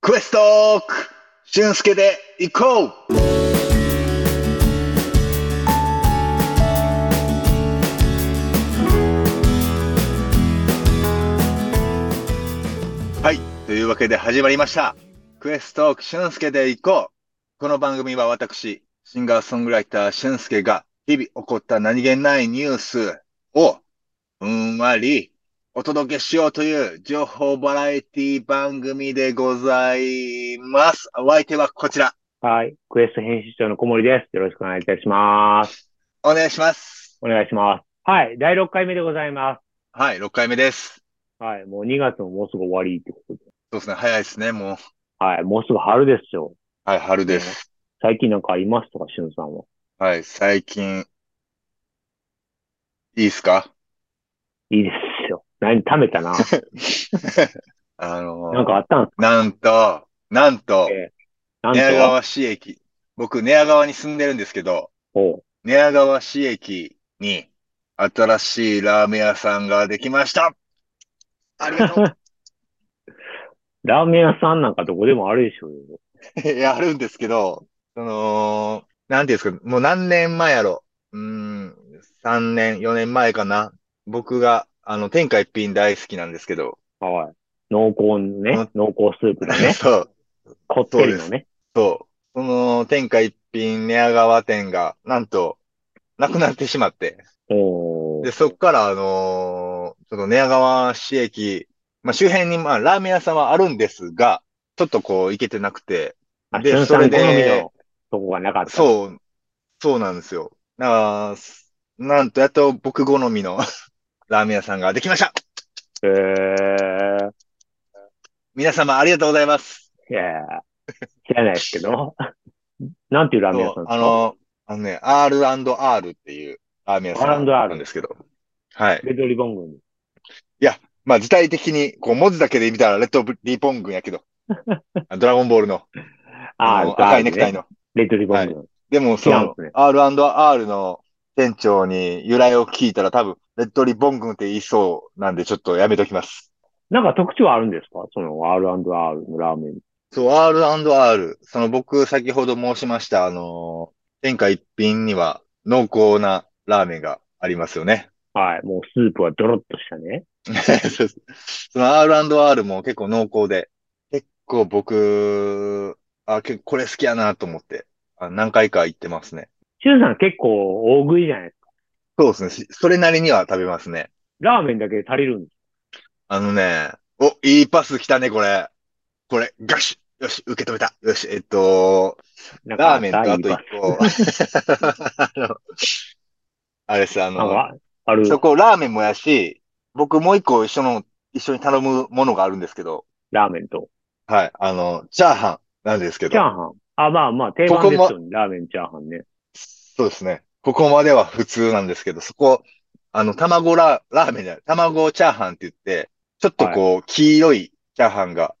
クエストーク俊介で行こうはい。というわけで始まりました。クエストーク俊介で行こうこの番組は私、シンガーソングライター俊介が日々起こった何気ないニュースをふんわりお届けしようという情報バラエティ番組でございます。お相手はこちら。はい。クエスト編集長の小森です。よろしくお願いいたします。お願いします。お願いします。はい。第6回目でございまはい、6回目です。す。はい。もう2月ももうすぐ終わりってことで。そうですね、早いですね、もう。はい。もうすぐ春ですよ。はい、春です。最近なんかありますとか、しゅんさんは。はい、最近、いいっすかいいですよ。何、貯め たな。あのーなんかあったんすなんと、なんと、えなん寝屋と川市駅。僕、寝屋川に住んでるんですけど、おう寝屋川市駅に新しいラーメン屋さんができま した。ありがとう。ラーメン屋さんなんかどこでもあるでしょうよ。い や、あるんですけど、その、なんていうんですか、もう何年前やろ。うーん、3年、4年前かな。僕が、あの、天下一品大好きなんですけど、はい。濃厚ね。濃厚スープのね。 そう、こってりのね。そう、その、天下一品寝屋川店が、なんと、なくなってしまって、おーで、そっから、あのーちょっと寝屋川市駅、まあ、周辺に、まあ、ラーメン屋さんはあるんですが、ちょっとこう、行けてなくて、あ、でしゅんそされん好でみのとこがなかった。う。そう、そうなんですよ。だからすなんとやっと僕好みの ラーメン屋さんができました。えー。皆様ありがとうございます。いやー知らないですけど。なんていうラーメン屋さんそうですかあの、あのね、R&R っていうラーメン屋さん R&R なんですけど。はい。レッドリボン軍に。まあ、図体的に、こう、文字だけで見たら、レッドリポン軍やけ ど。あドラゴンボールの、あの、あ赤いネクタイの。の。レッドリボン軍。でも、そ違うんのですね、 R&R の店長に由来を聞いたら、多分、レッドリボン軍って言いそうなんで、ちょっとやめときます。なんか特徴はあるんですかその R&R のラーメン。そう、R&R。その僕、先ほど申しました、あのー天下一品には濃厚なラーメンがありますよね。 はい。もうスープはドロッとしたね。そうそうその R&R も結構濃厚で、結構僕、あ、結構これ好きやなと思って、あ何回か行ってますね。シュンさん結構大食いじゃないですか。そうですねし。それなりには食べますね。ラーメンだけで足りるんです。あのね、お、いいパス来たね、これ。これ、ガシッよし、受け止めた。よし、えっと、なんかラーメンとあと一個、 あの、あれです、あなんの、かあるそこラーメンもやし、僕もう一個一緒の、一緒に頼むものがあるんですけど、ラーメンと。はい、あの、チャーハンなんですけチャど、ーハン。あ、まあまあ、定番ですよね。ラーメン、チャーハンね。そうですね。ここまでは普通なんですけど、そこ、あの、卵ラ、ラーメンじゃない、卵チャーハンって言って、ちょっとこう、黄色いチャーハンが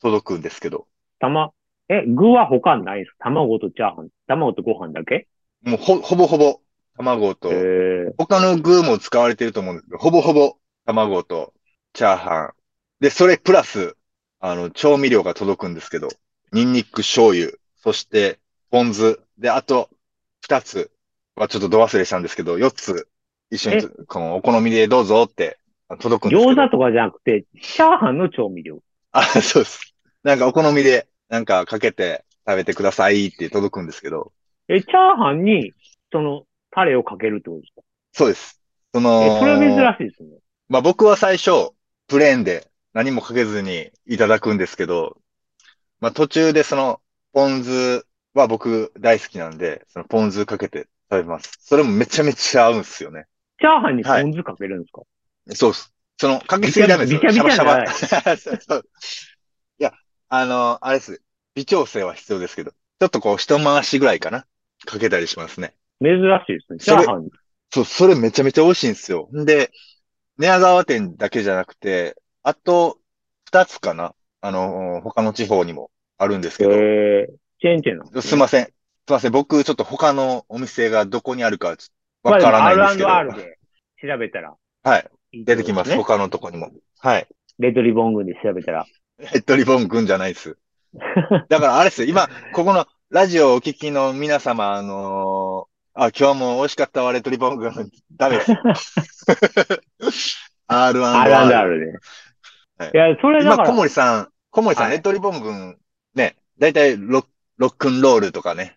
届くんですけど、たま、え、具は他ないです。卵とチャーハン。卵とご飯だけもうほ、ほぼほぼ卵とえ、ー、他の具も使われてると思うんですけど、ほぼほぼ卵とチャーハン。で、それプラス、あの、調味料が届くんですけど、ニンニク醤油、そしてポン酢。で、あと、二つはちょっとど忘れしたんですけど、四つ一緒につ、このお好みでどうぞってあ届くんですけ餃ど。子とかじゃなくて、チャーハンの調味料。あ、そうです。なんかお好みで、なんかかけて食べてくださいって届くんですけど、え、チャーハンに、その、タレをかけるってことですかそうです。そえ、の、それは珍しいですね。まあ僕は最初、プレーンで何もかけずにいただくんですけど、まあ途中でその、ポン酢は僕大好きなんで、そのポン酢かけて食べます。それもめちゃめちゃ合うんですよね。チャーハンにポン酢かけるんですか、そうっす。その、かけすぎダメですよ。びちゃびシャちゃバシャバ。 そうそういや、あの、あれです。微調整は必要ですけど、ちょっとこう、一回しぐらいかな。かけたりしますね。珍しいですね。チそャれーハン。そう、それめちゃめちゃ美味しいんですよ。んで、寝屋川店だけじゃなくて、あと二つかなあの、他の地方にもあるんですけど。えー、チェーンチェーンなんですいん。ません。すいません。僕、ちょっと他のお店がどこにあるかちょっとわからないんですけど。まあ、でも R&R で調べたらはい。いいって出てこときでます。他のとこにも。はい。レッドリボン軍で調べたら。ヘッドリボン軍じゃないです。 だからあれですよ、今、ここのラジオをお聞きの皆様、あのーあ、今日も美味しかったわ、レトリボンガの、ダ メです。R&R。 R&R ねはい。いや、それだ今、か小ら、森さん、小森さん、はいレトリボン軍、ね、だいたいロロックンロールとかね。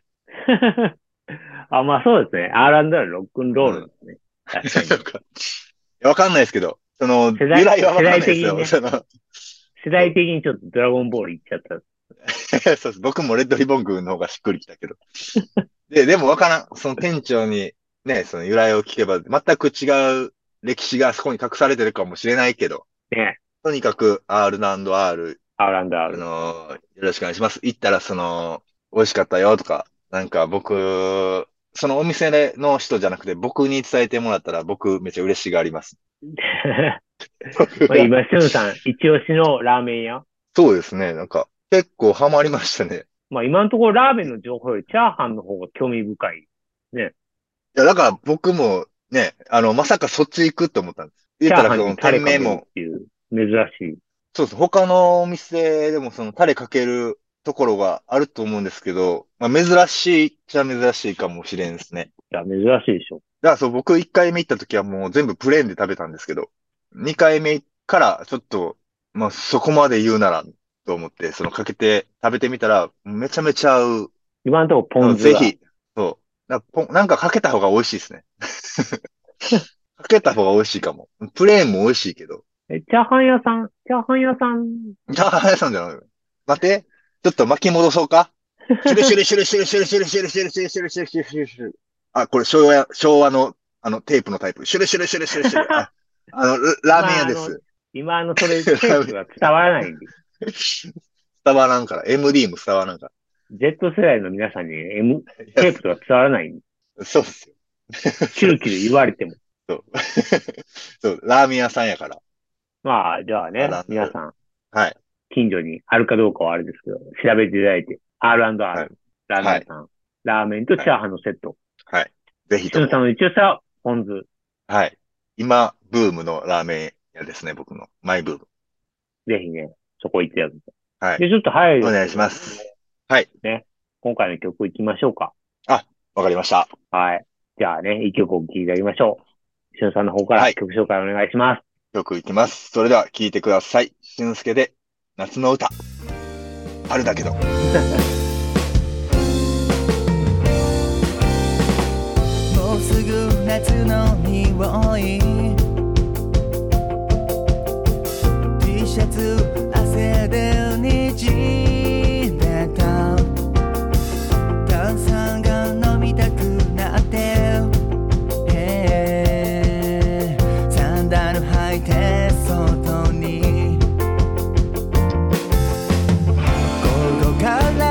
あ、まあそうですね。R&R ロックンロールですね。確かに。 わかんないですけど、その、世代由来はわかんないです世代的よ。にねその そう世代的にちょっとドラゴンボール行っちゃった。です僕もレトリボン軍の方がしっくりきたけど。で、でもわからん。その店長にね、その由来を聞けば、全く違う歴史がそこに隠されてるかもしれないけど、ね。とにかく R&R、あ R&R。の、よろしくお願いします。行ったら、その、美味しかったよとか、なんか僕、そのお店の人じゃなくて、僕に伝えてもらったら、僕、めっちゃ嬉しがります。まあ今、シュンさん、一押しのラーメン屋。 そうですね、なんか、結構ハマりましたね。まあ今のところラーメンの情報よりチャーハンの方が興味深い。いや、だから僕もね、あの、まさかそっち行くと思ったんです。チ言っャたーら、ハンそにの、タレ店かけ名るもっ、ていう、珍しい。そうです。他のお店でも、その、タレかけるところがあると思うんですけど、まあ、珍しいっちゃ珍しいかもしれんですね。いや、珍しいでしょ。だからそう、僕1回目行った時はもう全部プレーンで食べたんですけど、2回目からちょっと、まあそこまで言うならと思って、そのかけて食べてみたら、めちゃめちゃ合う。今のところポン酢ぜが。ひ、そう。なポンなんかかけた方が美味しいですね。 かけた方が美味しいかも。プレーンも美味しいけど。え、チャーハン屋さん、チャーハン屋さん、ああ、林さんじゃない。待って、ちょっと巻き戻そうか。シュルシュルシュルシュルシュルシュルシュルシュルシュルシュルシュルシュルシュルシュル。あ、これ昭和や、昭和の、あの、テープのタイプ。シュルシュルシュルシュルシュル。あ、あの、ララーメン屋です。今あのそれ、テープが伝わらないんで。伝わらんから。MD も伝わらんか Z 世代の皆さんに M、ら。いテやープが伝わらないんで。そうっすよ。キュルキュル言われても。そう、ラーメン屋さんやから。まあ、じゃあねあ、皆さん、はい。近所にあるかどうかはあれですけど、調べていただいて、R&R、はいラーメン屋さん、ラーメンとチャーハンのセット。はい。ぜひシとュンさも。んの一押しは、ポン酢。はい。今、ブームのラーメン屋ですね、僕の。マイブーム。ぜひね、そこ行ってやる。はい。で、ちょっと早いおです。願いします。今回の曲行きましょうか。わかりました。はい。じゃあね、一曲お聴きいただきましょう。しゅんさんの方かはらい曲紹介お願いします。曲いきます。それでは聴いてください。しゅんすけで夏の歌。春だけど。もうすぐ夏の匂い T シャツ汗で滲んでた炭酸が飲みたくなって Hey サンダル履いて外にここから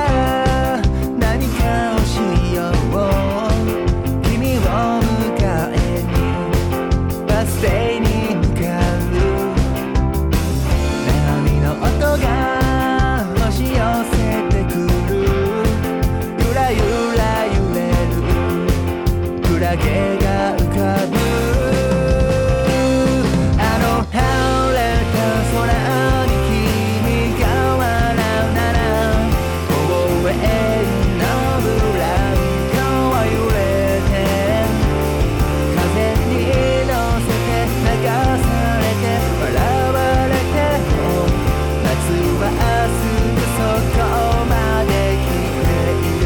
何かをしよう「君を迎えにバス停に向かう」「波の音が押し寄せてくる」「ゆらゆら揺れるクラゲが浮かぶ」「あの晴れた空に君が笑うなら」公園のブランコは揺れて風に乗せて流されて笑われても夏はすぐそこまで来ている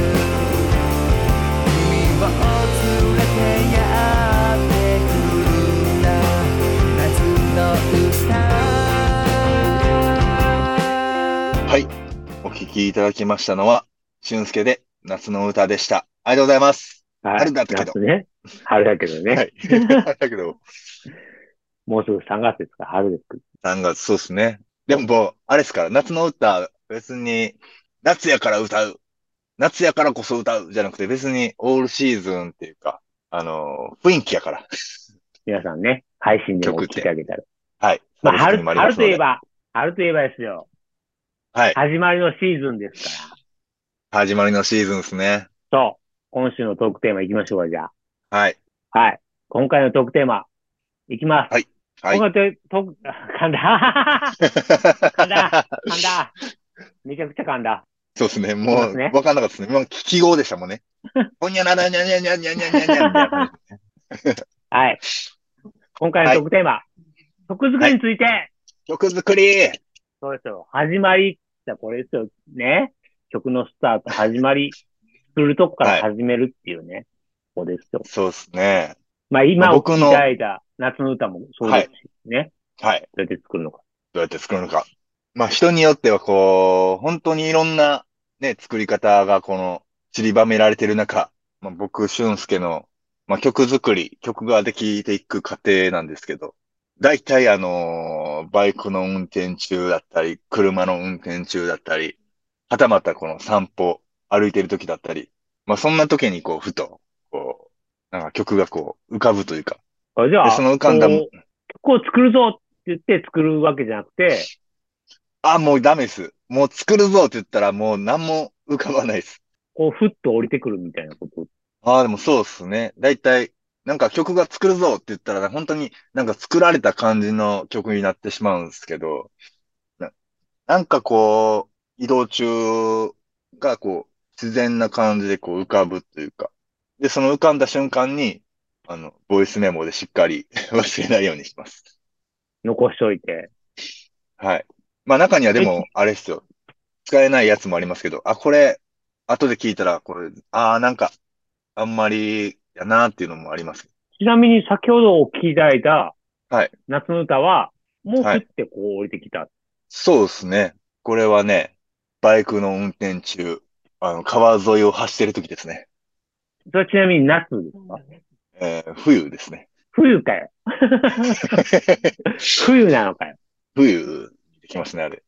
君を連れてやってくるんだ夏の歌はい。お聴きいただきましたのは、しゅんすけで夏の歌でした。ありがとうございます。はい。春だけど夏ね。春だけど ね。はい。春だけど、もうすぐ3月ですから、春ですけど。 3月、そうですね。でももう、あれですから、夏の歌、別に、夏やから歌う。夏やからこそ歌う。じゃなくて、別に、オールシーズンっていうか、あのー雰囲気やから。皆さんね、配信でも曲聞っいててあげたら。はい。まあ、サブスクに春、もりま春すとのいでえば、春といえばですよ。はい。始まりのシーズンですか始まりのシーズンですね。ら。そう。今週のトークテーマいきましょうか、じゃはい。あ。はい。今回のトークテーマ、いきます。はい。今回の トーク、噛んだ。噛んだ。めちゃくちゃ噛んだ。そうですね。もそうう、ですねわかんなかったですね。もう聞き語でしたもんね。ほにゃららにゃにゃにゃにゃにゃにゃにゃみたいな感じはい。今回のトークテーマ、曲作りについて、曲作りそうですよ。始まりってこれですよ。ね。曲のスタート、始まり、するとこから始めるっていうね。ここですよ。そうですね。まあ今を僕聞のきたいた夏の歌もそうですし、ね。はい。どうやって作るのか。どうやって作るのか。まあ人によってはこう、本当にいろんなね、作り方がこの散りばめられてる中、まあ、僕、俊介の、まあ、曲作り、曲ができていく過程なんですけど、大体あのーバイクの運転中だったり、車の運転中だったり、はたまたこの散歩、歩いてる時だったり、まあそんな時にこう、ふと、こう、なんか曲がこう、浮かぶというか、あじゃあ、でその浮かんだこう曲を作るぞって言って作るわけじゃなくて、あ、もうダメです。もう作るぞって言ったらもう何も浮かばないです。こう、ふっと降りてくるみたいなこと。ああ、でもそうですね。だいたい、なんか曲が作るぞって言ったら、本当になんか作られた感じの曲になってしまうんですけど、な、なんかこう、移動中がこう、自然な感じでこう浮かぶというか、で、その浮かんだ瞬間に、あの、ボイスメモでしっかり 忘れないようにします。残しといて。はい。まあ中にはでも、あれっすよ。使えないやつもありますけど、あ、これ、後で聞いたら、これ、ああ、なんか、あんまり、やなーっていうのもあります。ちなみに先ほどお聞きいただいた、はい夏の歌は、もうふはいってこう降りてきた。そうですね。これはね、バイクの運転中、あの、川沿いを走ってる時ですね。それはちなみに夏ですかえー冬ですね。冬かよ。冬なのかよ。冬、できますね、あれ。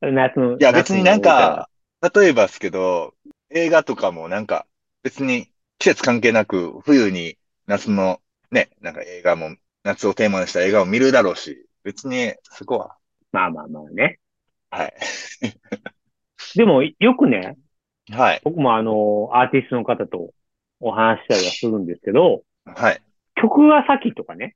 夏いの。や、別になん夏か、例えばですけど、映画とかもなんか、別に季節関係なく、冬に夏のね、なんか映画も、夏をテーマにした映画を見るだろうし、別にそこは、の歌。まあまあまあね。はい。でも、よくね、はい。僕もあの、アーティストの方とお話ししたりはするんですけど、はい。曲が先とかね、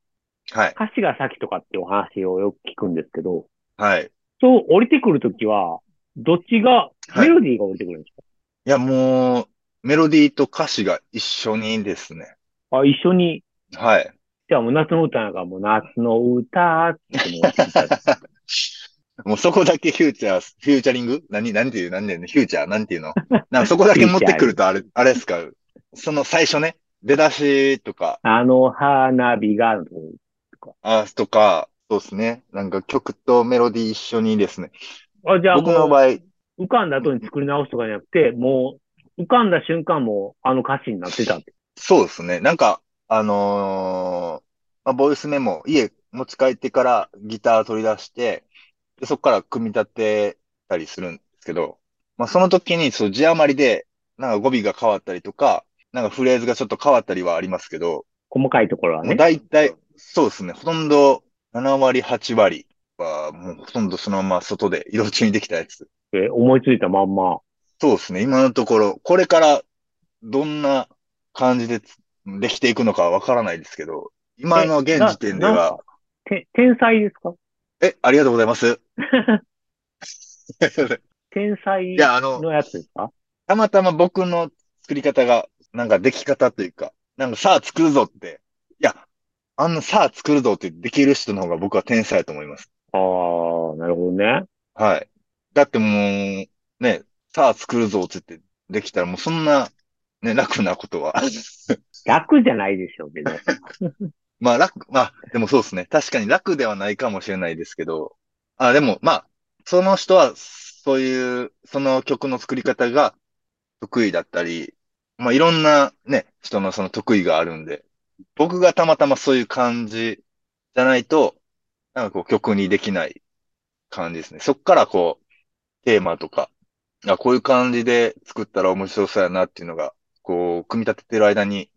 はい。歌詞が先とかってお話をよく聞くんですけど、はい。そう降りてくるときは、どっちが、はいメロディーが降りてくるんですいや、もう、メロディーと歌詞が一緒にですね。か、あ、一緒に、はい。じゃあもう夏の歌なんかもう夏の歌って言ってもらってもうそこだけフューチャー、フューチャリング何、なんていう、なんていうのフューチャー、なんていうのなんかそこだけ持ってくるとあれ、あれですかその最初ね、出だしとか、あの花火が、あーとか、そうですね。なんか曲とメロディー一緒にですね。あ、じゃあ僕のも場合、う浮かんだ後に作り直すとかじゃなくて、もう浮かんだ瞬間もあの歌詞になってたって。そうですね。なんか、あのーまあ、ボイスメモ、家持ち帰ってからギター取り出して、で、そこから組み立てたりするんですけど、まあ、その時に、そう、字余りで、なんか語尾が変わったりとか、なんかフレーズがちょっと変わったりはありますけど、細かいところはもうね。大体、そうですね。ほとんど7割、8割は、もうほとんどそのまま外で移動中にできたやつ。え思いついたまんま。そうですね。今のところ、これからどんな感じでつできていくのかわからないですけど、今の現時点でななんは、て天才ですかえ、ありがとうございます。天才いや、あの、のやつですかたまたま僕の作り方が、なんか出来方というか、なんかさあ作るぞって、いや、あんなさあ作るぞってできる人の方が僕は天才だと思います。ああー、なるほどね。はい。だってもう、ね、さあ作るぞって言ってできたらもうそんな、ね、楽なことは。楽じゃないでしょうけど。まあ楽、まあでもそうですね。確かに楽ではないかもしれないですけど、あ、でもまあ、その人はそういう、その曲の作り方が得意だったり、まあいろんなね、人のその得意があるんで、僕がたまたまそういう感じじゃないと、なんかこう曲にできない感じですね。そっからこう、テーマとか、あ、こういう感じで作ったら面白そうやなっていうのが、こう、組み立ててる間に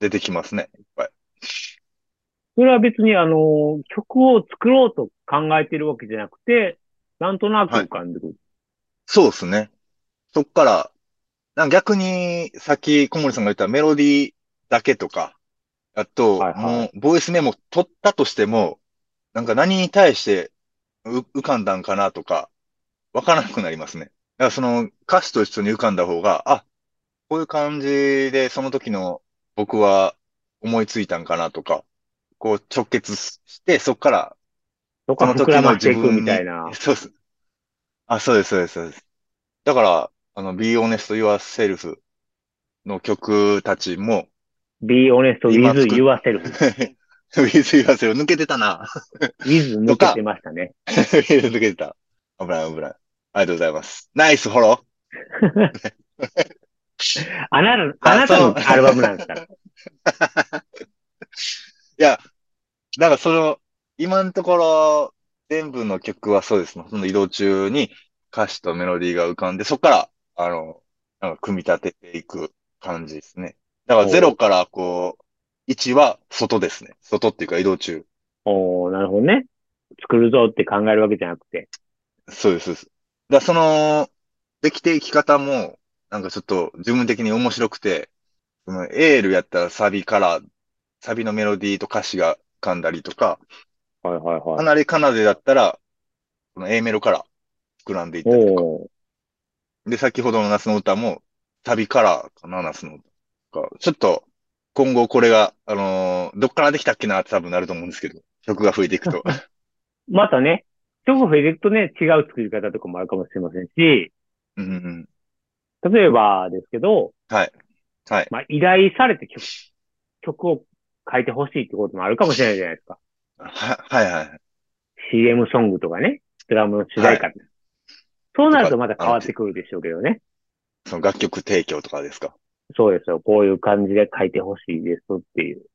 出てきますね。いっぱい。それは別にあの、曲を作ろうと考えてるわけじゃなくて、なんとなく浮かんでくる。そうですね。そっから、なんか逆に、さっき小森さんが言ったメロディーだけとか、あと、はいはいもう、ボイスメモ取ったとしても、なんか何に対してう浮かんだんかなとか、わからなくなりますね。からその歌詞と一緒に浮かんだ方が、あ、こういう感じでその時の僕は思いついたんかなとか、こう直結して、そっから、どっか膨らましていくみたいな。そうです。あ、そうです、そうです、そうです。だから、あの、Be Honest Yourself の曲たちも、 be honest 今作 with っ yourself. With Yourself 抜けてたな。 with 抜けてました ね。抜けてた。危ない、危ない。ありがとうございます。ナイスフォロー。あなた、あなたのあそうアルバムなんですから。 いや、なんかその、今のところ、全部の曲はそうですね。その移動中に歌詞とメロディーが浮かんで、そこから、あの、なんか組み立てていく感じですね。だからおうゼロからこう、1は外ですね。外っていうか移動中。おー、なるほどね。作るぞって考えるわけじゃなくて。そうです、そうです。だからその、できていき方も、なんかちょっと自分的に面白くて、そのエールやったらサビから、サビのメロディーと歌詞が噛んだりとか、はいはいはかい。なり奏でだったら、この A メロから膨らんでいったりとか。おー、で、先ほどの夏の歌も、旅からかな、夏の歌とか。ちょっと、今後これが、あのーどっからできたっけなって多分なると思うんですけど、曲が増えてい くと。またね、曲増えていくとね、違う作り方とかもあるかもしれませんし、うんうん例えばですけど、はい。はい。まあ、依頼されて曲、曲を書いてほしいってこともあるかもしれないじゃないですか。は、はいはい。 CM ソングとかね、ドラムの主題歌、そうなるとまた変わってくるでしょうけどね。その楽曲提供とかですか。そうですよ。こういう感じで書いてほしいですっていう。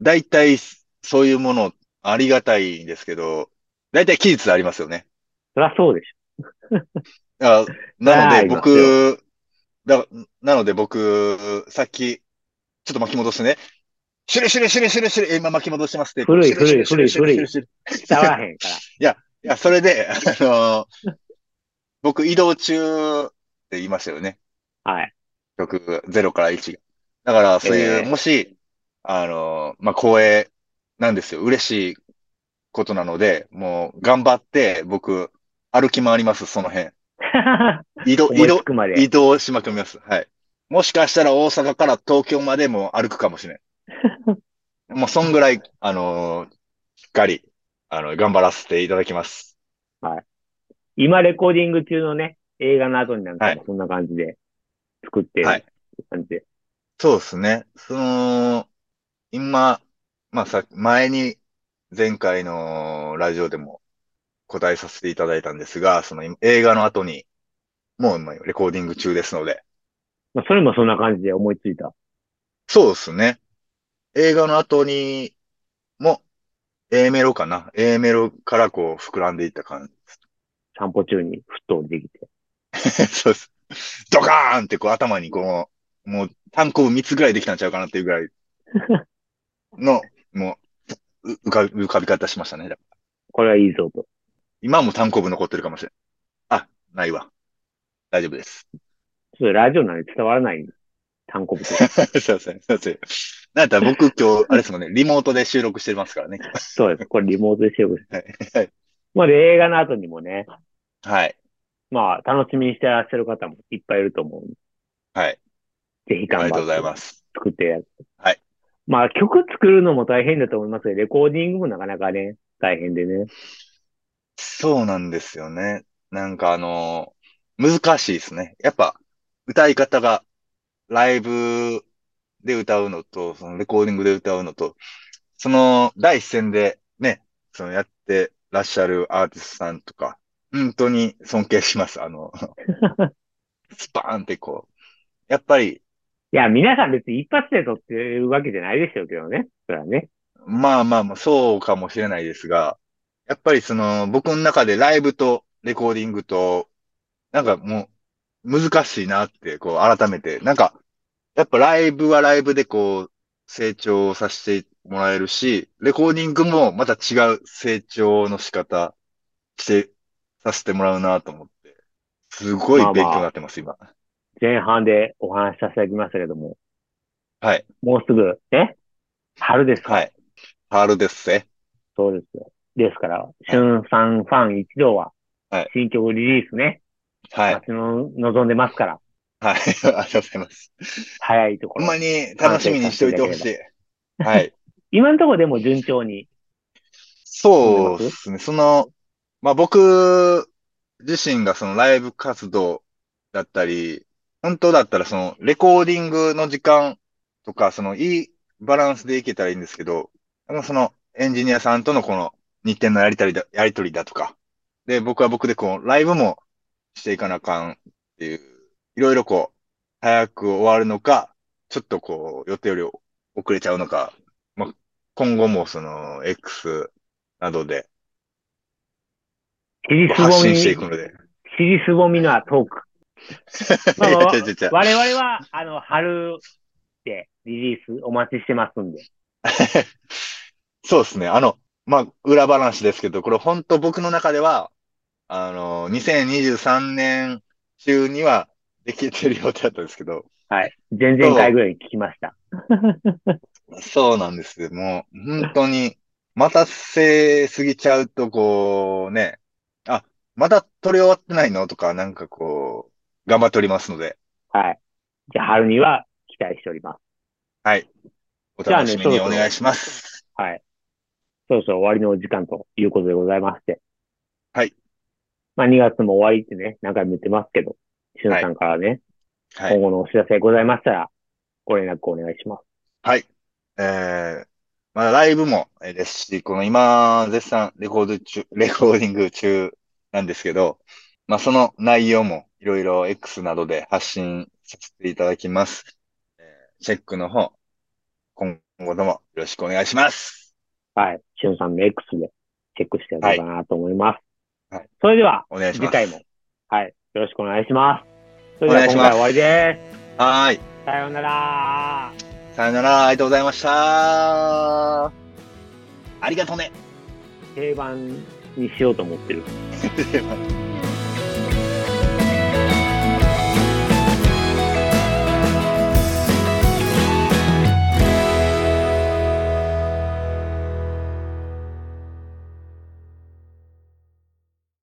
大体、そういうもの、ありがたいんですけど、大体期日ありますよね。そりゃそうでし あ、なのあでりますよ僕、だ、なので僕、さっき、ちょっと巻き戻してね。シュレシュレシュレシュレシュレ、え今巻き戻してますって。古いシュレシュレ古いシュレシュレシュレょ。伝わらへんから。いや、それで、あのー僕移動中って言いましたよね。はい。曲0から1が。だから、そういう、ええもし、あのーまあ、光栄なんですよ。嬉しいことなので、もう頑張って、僕、歩き回ります、その辺。移動、思移い動つ、くまで移。動しまくります。はい。もしかしたら大阪から東京までも歩くかもしれん。 もうそんぐらい、あのーしっかり、あの、頑張らせていただきます。今レコーディング中のね、映画の後になんはかいもそんな感じで作ってるはい感じで。そうですね。その、今、まあさ、前に、前回のラジオでも答えさせていただいたんですが、その今映画の後に、もう今レコーディング中ですので。まあ、それもそんな感じで思いついた。そうですね。映画の後にも、A メロかな。A メロからこう膨らんでいった感散歩中にふっと降りてきて。じ。 そうです。ドカーンってこう頭にこう、もう単行部3つぐらいできたんちゃうかなっていうぐらいの、もう、う浮か浮かび方しましたね。これはいいぞと。今も単行部残ってるかもしれない。あ、ないわ。大丈夫です。 ちょっとラジオなんで伝わらない単行部と かすいません、すいません。なんやったら僕今日、あれですもんね、リモートで収録してますからね。そうです。これリモートで収録してはい。まあで、映画の後にもね、はい。まあ楽しみにしてらっしゃる方もいっぱいいると思うんで。はい。ぜひあり頑がとう張ございってます。作ってやる。はい。まあ曲作るのも大変だと思いますけど、レコーディングもなかなかね、大変でね。そうなんですよね。なんかあのー難しいですね。やっぱ、歌い方が、ライブで歌うのと、そのレコーディングで歌うのと、その第一線でね、そのやってらっしゃるアーティストさんとか、本当に尊敬します。あの、スパーンってこう。やっぱり、いや、皆さん別に一発で撮ってるわけじゃないでしょうけどね。それはね。まあまあまあ、そうかもしれないですが、やっぱりその、僕の中でライブとレコーディングと、なんかもう、難しいなって、こう、改めて。なんか、やっぱライブはライブでこう、成長させてもらえるし、レコーディングもまた違う成長の仕方して、させてもらうなと思って、すごい勉強になってます、今。前半でお話しさせていただきましたけども、はい。もうすぐ、ね、春ですから。はい。ハールですね。そうですよ。ですから、しゅんさんファン一同ははい、新曲リリースね、はい。待ちの望んでますから、はい。 ありがとうございます。早いとこほんろ。まに楽しみにしておいてほしい。はい。今のところでも順調に。そうですね。その、まあ僕自身がそのライブ活動だったり、本当だったらそのレコーディングの時間とか、そのいいバランスでいけたらいいんですけど、あのそのエンジニアさんとのこの日程のやりとりだ、やりとりだとか、で、僕は僕でこうライブもしていかなあかんっていう、いろいろこう、早く終わるのか、ちょっとこう予定より遅れちゃうのか、まあ今後もその X、などで尻すぼ発信み、してい尻くので。すぼみのトー ク。まあまあいや違う違う違う我々は、あの、春でリリースお待ちしてますんで。 そうですね。あの、まあ、裏話ですけど、これ本当僕の中では、あの、2023年中にはできてる予定だったんですけど、はい。前々回ぐらいに聞きました。そうなんですよ。もう、本当に、待たせすぎちゃうと、こう、ね、あ、まだ撮り終わってないのとか、なんかこう、頑張っておりますので、はい。じゃあ、春には期待しております。はい。おじゃあ楽ねしみにそろそろお願いします。はい。そろそろ終わりのお時間ということでございまして。はい。まあ、2月も終わりってね、何回も言ってますけど、しゅんさんからね、はい。今後のお知らせございましたら、ご連絡お願いします。はい。えー、まだライブもえーですし、この今、絶賛レコード中、 レコーディング中なんですけど、まあ、その内容もいろいろ X などで発信させていただきます。えーチェックの方、今後ともよろしくお願いします。はい。しゅんさんの X でチェックしてやろうかなと思います。はい。それでは、お願いしま次す。回も。はい。よろしくお願いします。それではお願いしま今す回は終わりです。はーい。さようなら。さよなら、ありがとうございました。ありがとうね。定番にしようと思ってる。